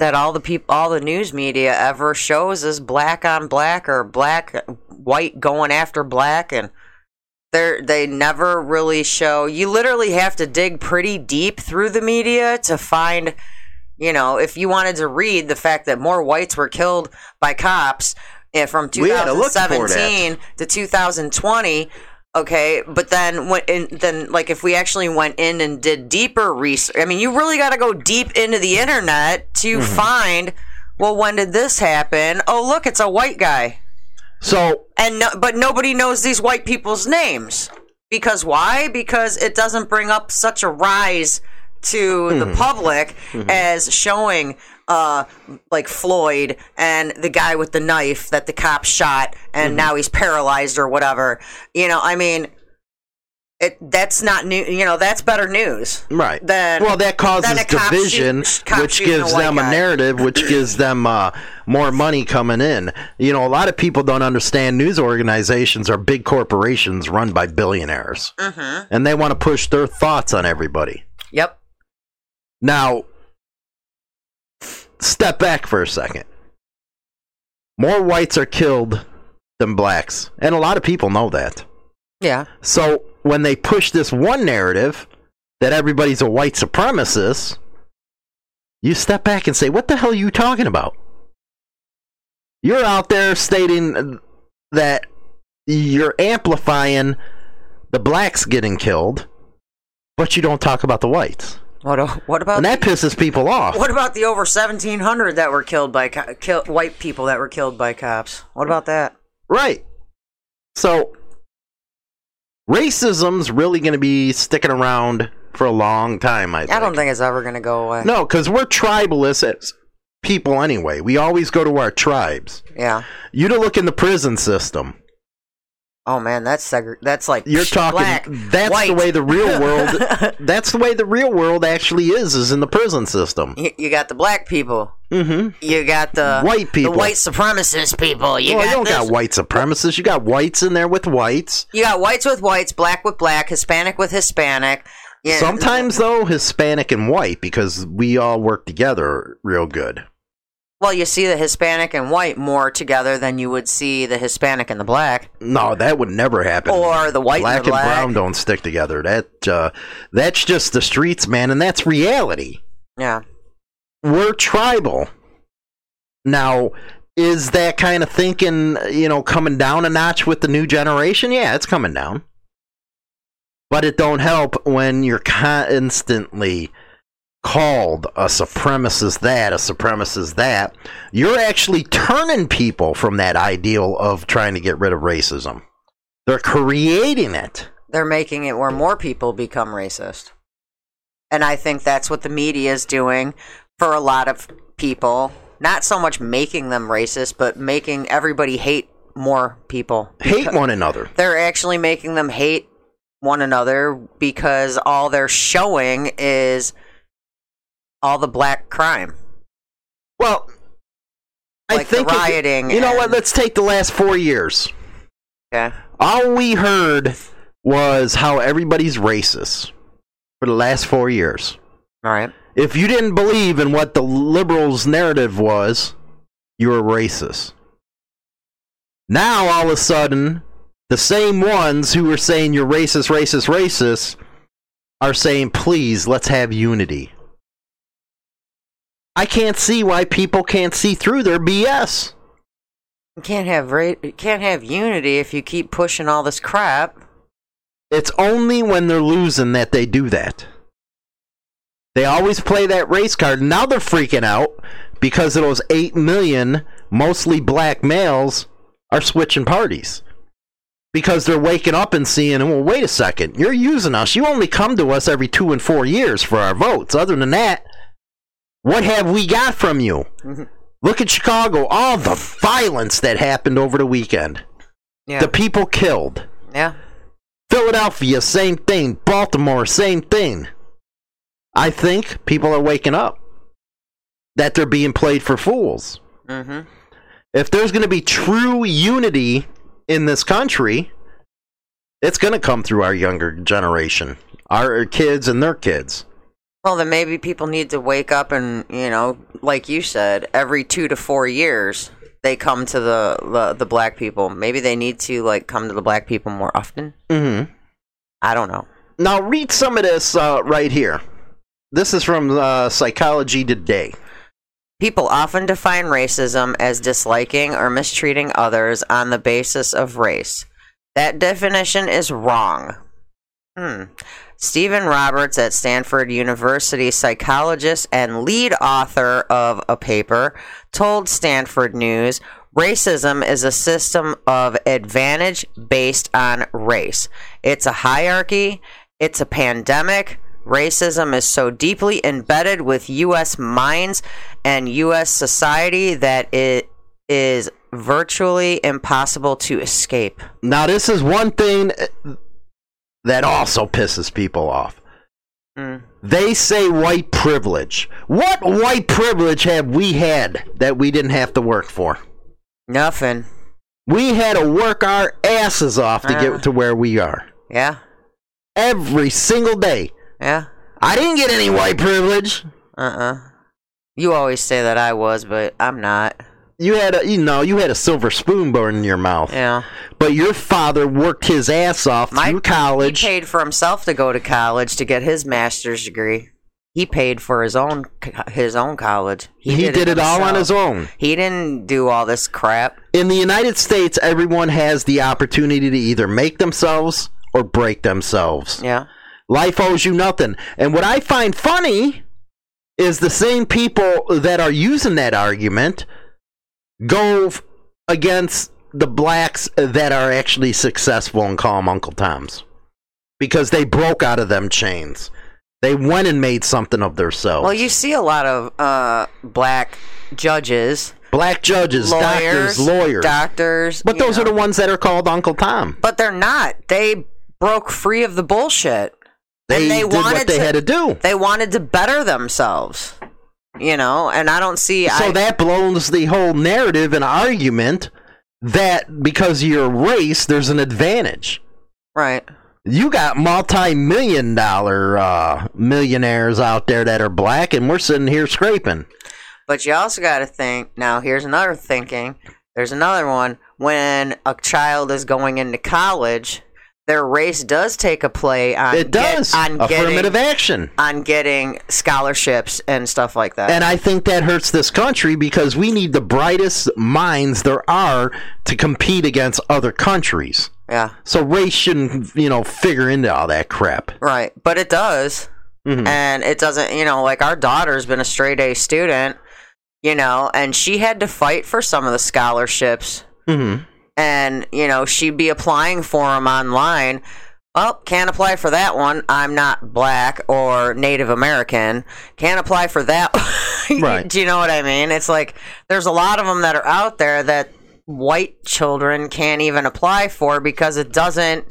that all the peop all the news media ever shows is black on black or black white going after black and they they never really show you literally have to dig pretty deep through the media to find you know if you wanted to read the fact that more whites were killed by cops eh, from
We had to look for that.
2017 to 2020 okay but then when and then like if we actually went in and did deeper research i mean you really got to go deep into the internet to
Mm-hmm.
find well when did this happen oh look it's a white guy
So
and no, but nobody knows these white people's names because why because it doesn't bring up such a rise to
Mm-hmm.
the public as showing uh like floyd and the guy with the knife that the cop shot and
Mm-hmm.
now he's paralyzed or whatever you know i mean it that's not new you know that's better news
Right.
Then-
well, that
then
causes
a cop
division,
shoot- cop
which
shooting a
gives
white
them
guy.
a narrative, which gives them uh, more money coming in. You know, a lot of people don't understand news organizations are big corporations run by billionaires,
mm-hmm
and they want to push their thoughts on everybody.
yep
Now, step back for a second. More whites are killed than blacks, and a lot of people know that.
yeah
So when they push this one narrative that everybody's a white supremacist, you step back and say, "What the hell are you talking about?" You're out there stating that you're amplifying the blacks getting killed, but you don't talk about the whites,
what a, what about
and that
the-
pisses people off.
What about the over 1,700 that were killed by co- kill, white people that were killed by cops? What about that?
Right. So racism's really going to be sticking around for a long time. I think.
I don't think it's ever going to go away.
No, because we're tribalists as people anyway. We always go to our tribes.
Yeah.
You to look in the prison system.
Oh man, that's segre- that's like
You're
psh,
talking.
black,
that's
white.
the way the real world. that's the way the real world actually is. Is in the prison system.
You, you got the black people.
Mm-hmm.
You got the
White people.
the white supremacist people. You
well,
got
you don't
this-
got white supremacists. You got whites in there with whites.
you got whites with whites, black with black, Hispanic with Hispanic. Yeah.
Sometimes though, Hispanic and white because we all work together real good.
Well, you see the Hispanic and white more together than you would see the Hispanic and the black,
No, that would never happen.
or the white
black
and the black.
brown don't stick together. That uh, that's just the streets, man, and that's reality.
Yeah.
We're tribal. Now, is that kind of thinking, you know, coming down a notch with the new generation? Yeah, it's coming down. But it don't help when you're constantly called a supremacist that, a supremacist that. You're actually turning people from that ideal of trying to get rid of racism. They're creating it.
they're making it where more people become racist. And I think that's what the media is doing for a lot of people. Not so much making them racist, but making everybody hate more people.
hate one another.
They're actually making them hate one another because all they're showing is all the black crime.
Well, I
Like the
think if-
rioting
you know what?
and-
Let's take the last four years.
Okay.
All we heard was how everybody's racist for the last four years.
All right.
If you didn't believe in what the liberals' narrative was, you were racist. Now, all of a sudden, the same ones who were saying you're racist, racist, racist are saying, please, let's have unity. I can't see why people can't see through their BS.
You can't have ra- you can't have unity if you keep pushing all this crap.
It's only when they're losing that they do that. They always play that race card. Now they're freaking out because of those 8 million, mostly black males, are switching parties. Because they're waking up and seeing, well, wait a second, you're using us. You only come to us every two and four years for our votes. Other than that, what have we got from you? Look at Chicago, all the violence that happened over the weekend,
Yeah.
the people killed.
yeah.
Philadelphia, same thing. Baltimore, same thing. I think people are waking up that they're being played for fools.
Mhm.
If there's going to be true unity in this country, it's going to come through our younger generation, our kids and their kids.
Well, then maybe people need to wake up and you know, like you said, every two to four years they come to the the, the black people. Maybe they need to like come to the black people more often.
Mm-hmm.
I don't know.
Now, read some of this uh, right here. This is from uh, Psychology Today.
People often define racism as disliking or mistreating others on the basis of race. That definition is wrong. Hmm. Stephen Roberts at Stanford University, psychologist and lead author of a paper, told Stanford News racism is a system of advantage based on race. It's a hierarchy, it's a pandemic. Racism is so deeply embedded with U.S. minds and U.S. society that it is virtually impossible to escape.
Now, this is one thing that also pisses people off.
Mm.
They say white privilege. What white privilege have we had that we didn't have to work for?
Nothing.
We had to work our asses off to
Uh.
get to where we are
Yeah.
every single day.
Yeah.
I didn't get any white privilege.
Uh uh You always say that I was, but I'm not.
You had a, you know, you had a silver spoon burned in your mouth,
Yeah.
but your father worked his ass off
My-
through college.
He paid for himself to go to college to get his master's degree. He paid for his own co- his own college.
He did it all on
himself.
his own.
He didn't do all this crap.
In the United States, everyone has the opportunity to either make themselves or break themselves.
Yeah.
Life owes you nothing. And what I find funny is the same people that are using that argument go f- against the blacks that are actually successful and call them Uncle Toms because they broke out of them chains. They went and made something of themselves.
Well, you see a lot of uh, black judges,
black judges,
lawyers,
doctors, lawyers.
doctors.
but
you
those are
know.
the ones that are called Uncle Tom.
But they're not. They broke free of the bullshit.
They,
And they
did
wanted
what they
to-
had to do.
They wanted to better themselves. You know, and I don't see.
So
I,
that blows the whole narrative and argument that because of your race, there's an advantage.
right.
you got multi-million dollar uh, millionaires out there that are black, and we're sitting here scraping.
But you also got to think now, here's another thinking. There's another one. When a child is going into college, their race does take a play on
It does
get, on
affirmative
getting
action,
on getting scholarships and stuff like that.
and I think that hurts this country because we need the brightest minds there are to compete against other countries.
yeah,
So race shouldn't, you know, figure into all that crap.
right. But it does,
Mm-hmm.
and it doesn't. You know, like our daughter's been a straight A student, you know, and she had to fight for some of the scholarships
Mm-hmm.
and you know she'd be applying for them online well can't apply for that one i'm not black or native american can't apply for that
Right.
do you know what i mean it's like there's a lot of them that are out there that white children can't even apply for because it doesn't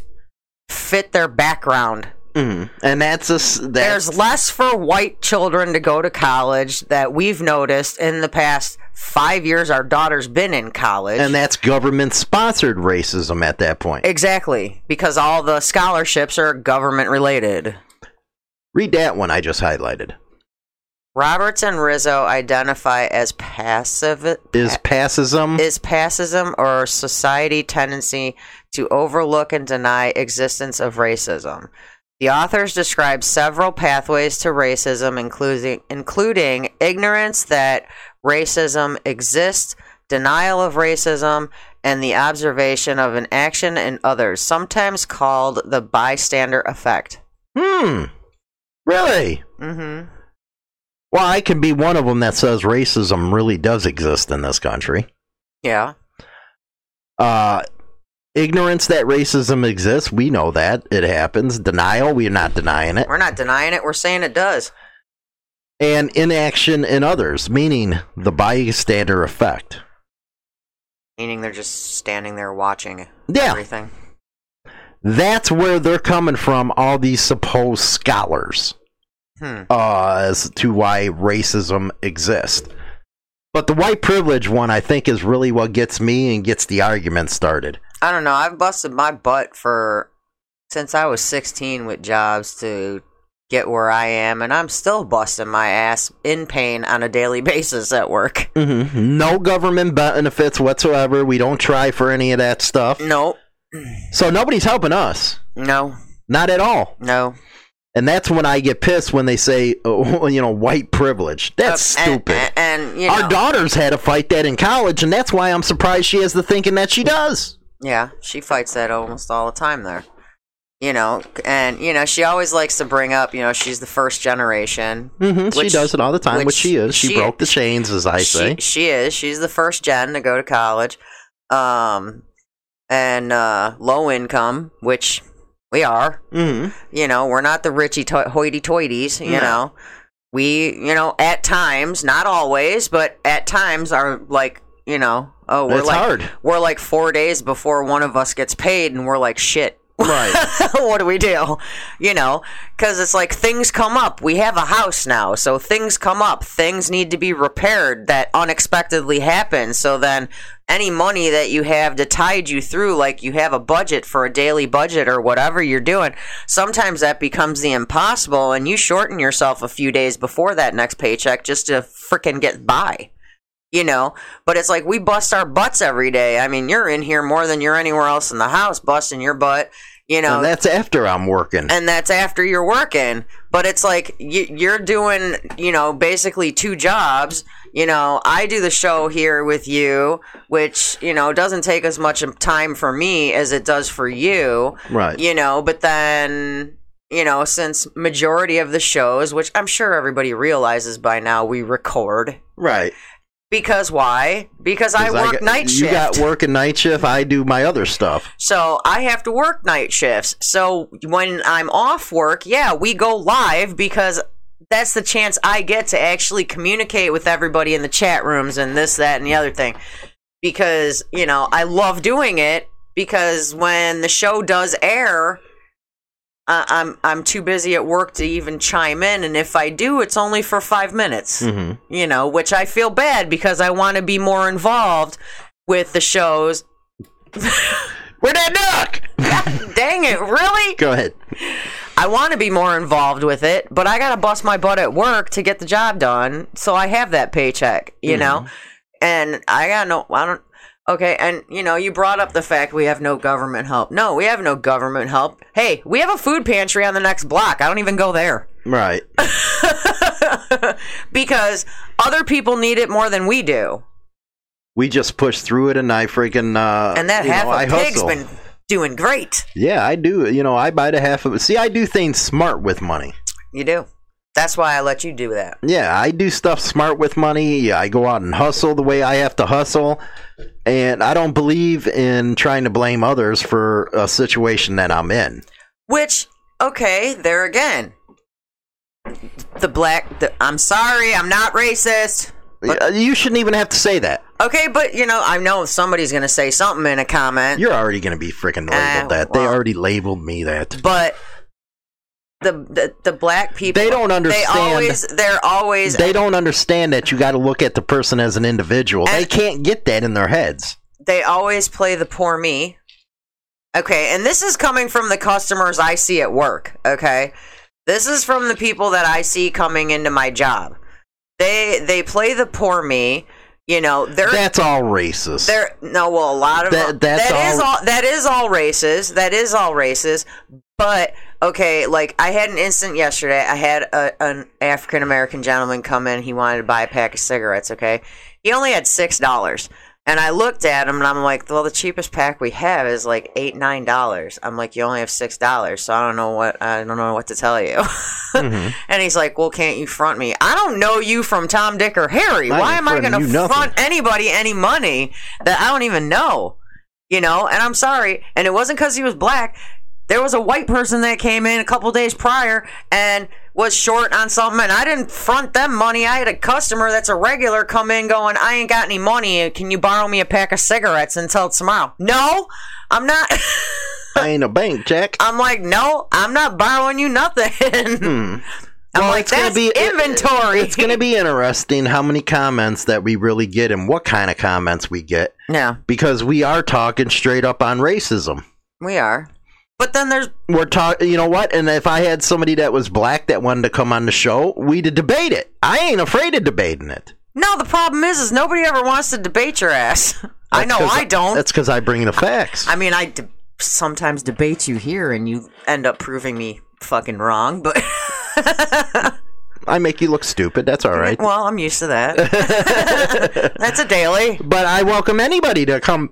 fit their background Hmm.
And that's a s- that's
there's less for white children to go to college that we've noticed in the past five years our daughter's been in college
and that's government sponsored racism at that point.
Exactly, because all the scholarships are government related.
Read that one I just highlighted.
Roberts and Rizzo identify as passive
Is passism
is passism or society tendency to overlook and deny existence of racism. The authors describe several pathways to racism including including ignorance that racism exists, denial of racism, and the observation of an action in others, sometimes called the bystander effect.
Hmm. Really?
Mm-hmm.
Well, I could be one of them that says racism really does exist in this country.
Yeah.
Uh, ignorance that racism exists, we know that. It happens. Denial, we're not denying it.
We're not denying it. We're saying it does.
And inaction in others, meaning the bystander effect.
Meaning they're just standing there watching
Yeah.
everything.
That's where they're coming from, all these supposed scholars.
Hmm.
uh, as to why racism exists. But the white privilege one, I think, is really what gets me and gets the argument started.
I don't know. I've busted my butt for since I was 16 with jobs to get where I am, and I'm still busting my ass in pain on a daily basis at work.
Mm-hmm. No government benefits whatsoever. We don't try for any of that stuff.
Nope.
So nobody's helping us.
No.
Not at all.
No.
And that's when I get pissed when they say, oh, you know, white privilege. That's
Uh, And-
stupid.
And, and, you know,
Our daughters had to fight that in college, and that's why I'm surprised she has the thinking that she does.
Yeah, she fights that almost all the time there. You know, and you know, she always likes to bring up, you know, she's the first generation.
hmm she
Which-
does it all the time, which,
which
she is. She,
she-
broke the chains, as I say.
she, she is. She's the first gen to go to college. Um and uh low income, which we are.
mm-hmm.
You know, we're not the richy to- hoity-toities, you
No.
know. We, you know, at times, not always, but at times are like, you know, oh, we're
It's
like
hard.
we're like 4 days before one of us gets paid and we're like shit.
Right.
what do we do? You know, because it's like things come up. We have a house now, so things come up. Things need to be repaired that unexpectedly happen. So then, any money that you have to tide you through, like you have a budget for a daily budget or whatever you're doing, sometimes that becomes the impossible, and you shorten yourself a few days before that next paycheck just to frickin' get by you know but it's like we bust our butts every day i mean you're in here more than you're anywhere else in the house busting your butt you know
and that's after I'm working.
and that's after you're working but it's like you, you're doing you know basically two jobs you know i do the show here with you which you know doesn't take as much time for me as it does for you
Right.
you know but then you know since majority of the shows which i'm sure everybody realizes by now we record
Right.
because why? Because I
'Cause
work
got-
night
You
shift.
got work and night shift. I do my other stuff.
so I have to work night shifts. So when I'm off work, yeah, we go live because that's the chance I get to actually communicate with everybody in the chat rooms and this, that, and the other thing. Because, you know, I love doing it because when the show does air, I- I'm I'm too busy at work to even chime in, and if I do, it's only for five minutes. You know, which I feel bad because I want to be more involved with the shows.
Where that duck?
God Dang it, really?
Go ahead.
I want to be more involved with it, but I got to bust my butt at work to get the job done. So I have that paycheck, you know?
Mm-hmm.
And I got no, I don't, okay. And, you know, you brought up the fact we have no government help. No, we have no government help. Hey, we have a food pantry on the next block. I don't even go there
Right.
because other people need it more than we do.
We just push through it, and I freaking uh,
And that
you
half
know, I
a pig's
hustle.
been doing great.
Yeah, I do. You know, I buy the half of it. See, I do things smart with money.
You do. That's why I let you do that.
Yeah, I do stuff smart with money. Yeah, I go out and hustle the way I have to hustle. And I don't believe in trying to blame others for a situation that I'm in.
Which, okay, there again. The black, the, I'm sorry, I'm not racist.
Uh, you shouldn't even have to say that.
Okay, but you know, I know somebody's going to say something in a comment,
You're already going to be freaking labeled
Uh,
that. they
well-
already labeled me that.
but the, the the black people
They don't understand-
They always they're always
They don't understand that you got to look at the person as an individual. They
And-
can't get that in their heads.
they always play the poor me. Okay, and this is coming from the customers I see at work, okay? This is from the people that I see coming into my job. They they play the poor me, you know, they're
That's all racist.
they're no well a lot of
That- that's
that is
all-
all that is all races. That is all races. But okay, like I had an incident yesterday. I had a, an African American gentleman come in. He wanted to buy a pack of cigarettes. Okay, he only had six dollars, and I looked at him and I'm like, well, the cheapest pack we have is like eight nine dollars. I'm like, you only have six dollars, so I don't know what I don't know what to tell you.
Mm-hmm.
And he's like, well, can't you front me? I don't know you from Tom, Dick, or Harry.
I ain't
Why am I
fronting
going to
you nothing.
front anybody any money that I don't even know? you know and i'm sorry and it wasn't because he was black there was a white person that came in a couple days prior and was short on something and i didn't front them money i had a customer that's a regular come in going i ain't got any money can you borrow me a pack of cigarettes until tomorrow no i'm not
I ain't a bank, Jack.
i'm like no i'm not borrowing you nothing i'm
Hmm. Well,
like
Oh, it's gonna
that's
be- it-
inventory
It's going to be interesting how many comments that we really get and what kind of comments we get
yeah
because we are talking straight up on racism.
we are but then there's
We're talking, you know what? And if I had somebody that was black that wanted to come on the show, we'd debate it. I ain't afraid of debating it.
no the problem is is nobody ever wants to debate your ass i know
That's 'cause-
i don't
That's because I bring the facts.
I mean, I de- sometimes debate you here, and you end up proving me fucking wrong. But
I make you look stupid. That's all right.
well, I'm used to that. That's a daily,
But I welcome anybody to come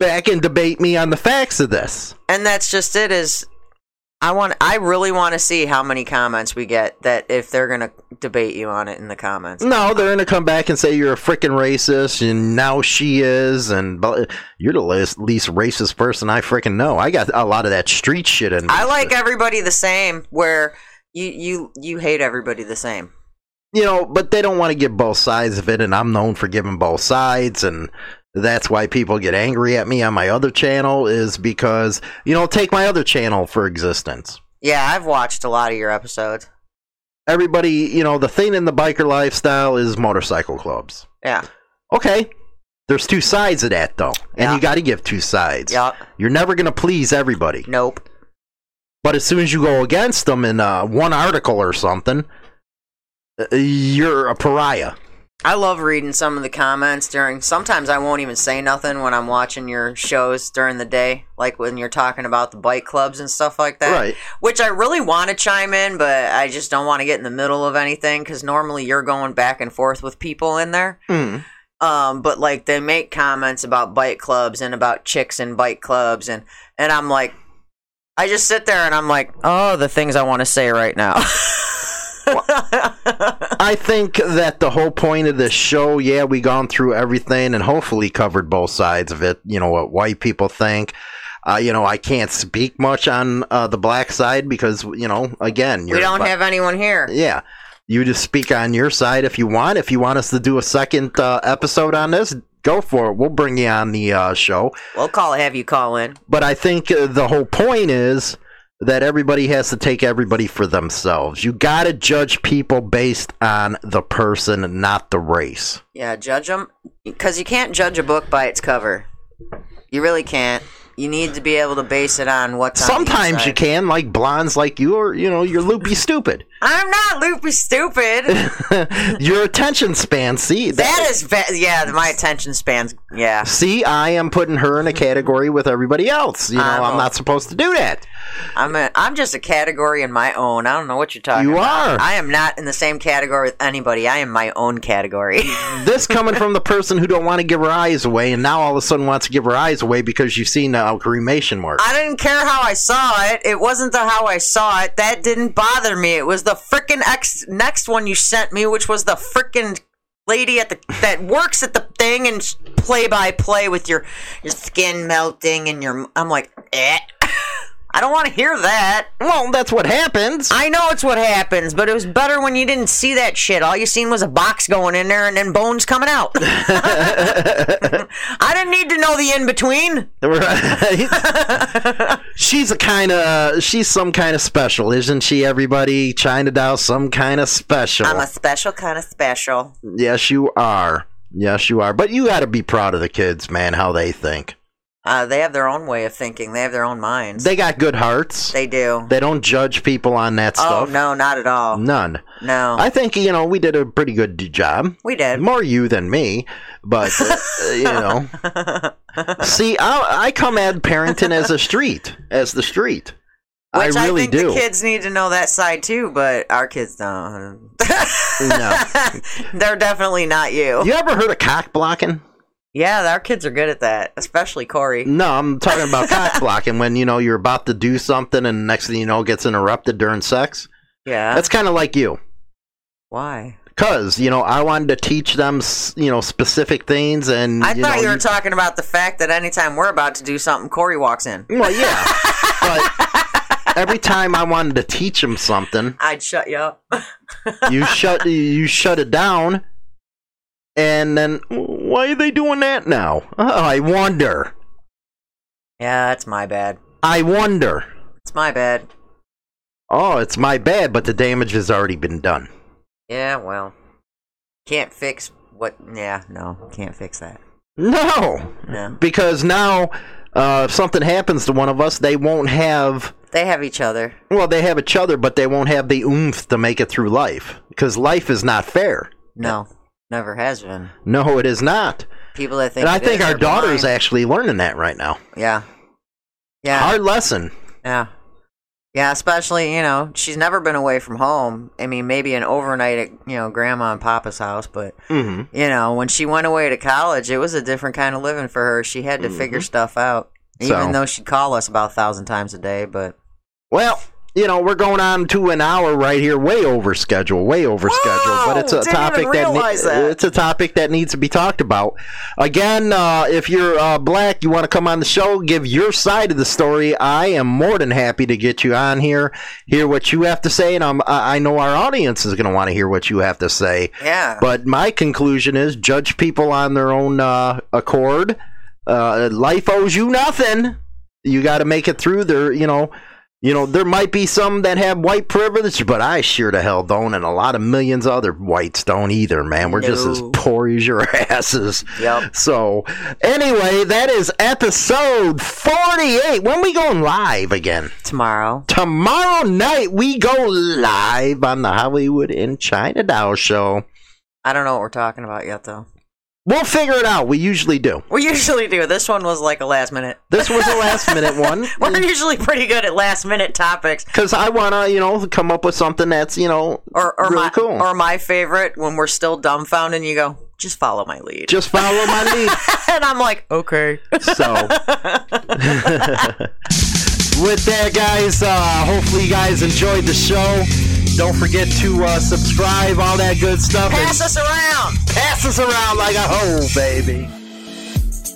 back and debate me on the facts of this.
and that's just it. Is I want, I really want to see how many comments we get that if they're gonna debate you on it in the comments.
No, they're gonna come back and say you're a freaking racist, and now she is, and blah- you're the least, least racist person I freaking know. I got a lot of that street shit in me.
I like everybody the same. Where you you you hate everybody the same.
you know, but they don't want to give both sides of it, and I'm known for giving both sides, and that's why people get angry at me on my other channel is because you know, take my other channel for existence.
Yeah, I've watched a lot of your episodes.
Everybody, you know, the thing in the biker lifestyle is motorcycle clubs.
Yeah,
Okay. There's two sides of that though. And
Yeah.
you got to give two sides.
Yup.
You're never going to please everybody.
nope.
But as soon as you go against them in uh, one article or something, uh, you're a pariah.
I love reading some of the comments during. Sometimes I won't even say nothing when I'm watching your shows during the day, like when you're talking about the bike clubs and stuff like that.
Right.
Which I really want to chime in, but I just don't want to get in the middle of anything because normally you're going back and forth with people in there.
Mm.
Um, but like they make comments about bike clubs and about chicks and bike clubs, and and I'm like, I just sit there and I'm like, oh, the things I want to say right now.
I think that the whole point of this show, yeah, we gone through everything and hopefully covered both sides of it. You know what white people think. Uh, you know, I can't speak much on uh, the black side because you know, again, you're
we don't
bi-
have anyone here.
Yeah. You just speak on your side if you want. If you want us to do a second uh, episode on this, go for it. We'll bring you on the uh, show.
We'll call have you call in.
But I think uh, the whole point is that everybody has to take everybody for themselves. You got to judge people based on the person, not the race.
Yeah, judge them because you can't judge a book by its cover. You really can't. You need to be able to base it on what's. on the
Sometimes
inside.
you can, like blondes like you, or you know, you're loopy stupid.
I'm not loopy stupid.
Your attention span. See
that is, ve- yeah, my attention spans. Yeah,
See, I am putting her in a category with everybody else. You know,
I'm
I'm
a-
not supposed to do that.
I'm a, I'm just a category in my own. I don't know what you're talking.
You
about.
are.
I am not in the same category with anybody. I am my own category.
this coming from the person who don't want to give her eyes away, and now all of a sudden wants to give her eyes away because you've seen the cremation mark.
I didn't care how I saw it. It wasn't the how I saw it. That didn't bother me. It was the frickin' ex- next one you sent me, which was the frickin' lady at the that works at the thing and sh- play by play with your your skin melting and your. I'm like, eh. I don't want to hear that.
well, that's what happens.
I know it's what happens, but it was better when you didn't see that shit. All you seen was a box going in there and then bones coming out. I didn't need to know the in between.
Right? she's a kind of she's some kind of special, isn't she? Everybody, China Dow, some kind of special.
I'm a special kind of special.
yes, you are. Yes, you are. But you got to be proud of the kids, man. How they think.
Uh, they have their own way of thinking. They have their own minds. They,
They got good hearts. They,
do.
don't judge people on that
oh
stuff.
no, not at all. No,
None. I think you know we did a pretty good d- job.
we did.
More you than me, but uh, you know. See, I, I come at parenting as a street, as the street.
Which
I really
think
do.
the kids need to know that side too, but our kids don't.
No.
They're definitely not you.
You ever heard of cock blocking?
Yeah, our kids are good at that, especially Corey.
No, I'm talking about cock blocking when you know you're about to do something and the next thing you know it gets interrupted during sex.
Yeah.
That's kind of like you.
Why?
Cause you know I wanted to teach them, s- you know, specific things, and
I
you
thought
know,
you were talking about the fact that anytime we're about to do something, Corey walks in.
Well, yeah, but every time I wanted to teach him something,
I'd shut you up.
you shut you shut it down, and then why are they doing that now? Oh, I wonder.
yeah, that's my bad.
I wonder.
It's my bad.
Oh, it's my bad, but the damage has already been done.
Yeah, well, can't fix what. Yeah, no, can't fix that.
No,
No,
because now uh, if something happens to one of us, they won't have.
they have each other.
Well, they have each other, but they won't have the oomph to make it through life because life is not fair.
No, never has been.
No, it is not.
People that think
And I
it
think
is
our
are
daughter is
blind.
actually learning that right now.
yeah, yeah,
Hard lesson.
yeah, yeah. Especially you know, she's never been away from home. I mean, maybe an overnight at you know grandma and papa's house, but
Mm-hmm.
you know, when she went away to college, it was a different kind of living for her. She had to figure stuff out, even
Mm-hmm. So-
though she'd call us about a thousand times a day. But
Well, you know, we're going on to an hour right here, way over schedule, way over schedule. But it's a
didn't
topic
even
that,
realize that.
it's a topic that needs to be talked about. Again, uh, if you're uh, black, you want to come on the show, give your side of the story. I am more than happy to get you on here, hear what you have to say, and I'm, I I know our audience is going to want to hear what you have to say.
yeah,
But my conclusion is judge people on their own uh, accord. Uh, life owes you nothing. You got to make it through there, you know. You know, there might be some that have white privilege, but I sure to hell don't, and a lot of millions of other whites don't either, man. We're just as
No.
poor as your asses.
Yep.
So, anyway, that is episode 48. When we going live again?
tomorrow.
Tomorrow night, we go live on the Hollywood in China Dow show.
I don't know what we're talking about yet, though.
We'll figure it out. We usually do.
We usually do. This one was like a last minute.
This was a last minute one
We're usually pretty good at last minute topics.
because I want to, you know, come up with something that's, you know,
Or, or
really
my
cool.
or my favorite when we're still dumbfounded and you go, just follow my lead.
Just follow my lead.
and I'm like, okay.
So, with that, guys, uh, hopefully you guys enjoyed the show. Don't forget to uh, subscribe, all that good stuff. and
Pass us around.
pass us around like a hoe, baby.